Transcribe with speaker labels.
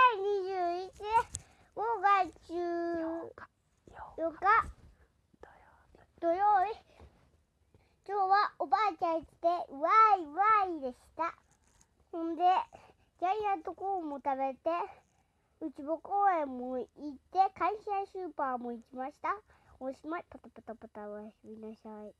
Speaker 1: 2021年5月4日土曜日今日はおばあちゃんちでワイワイでしたほんでジャイアントコーンも食べて内も公園も行って関西スーパーも行きましたおしまいパタパタパタおやすみなさい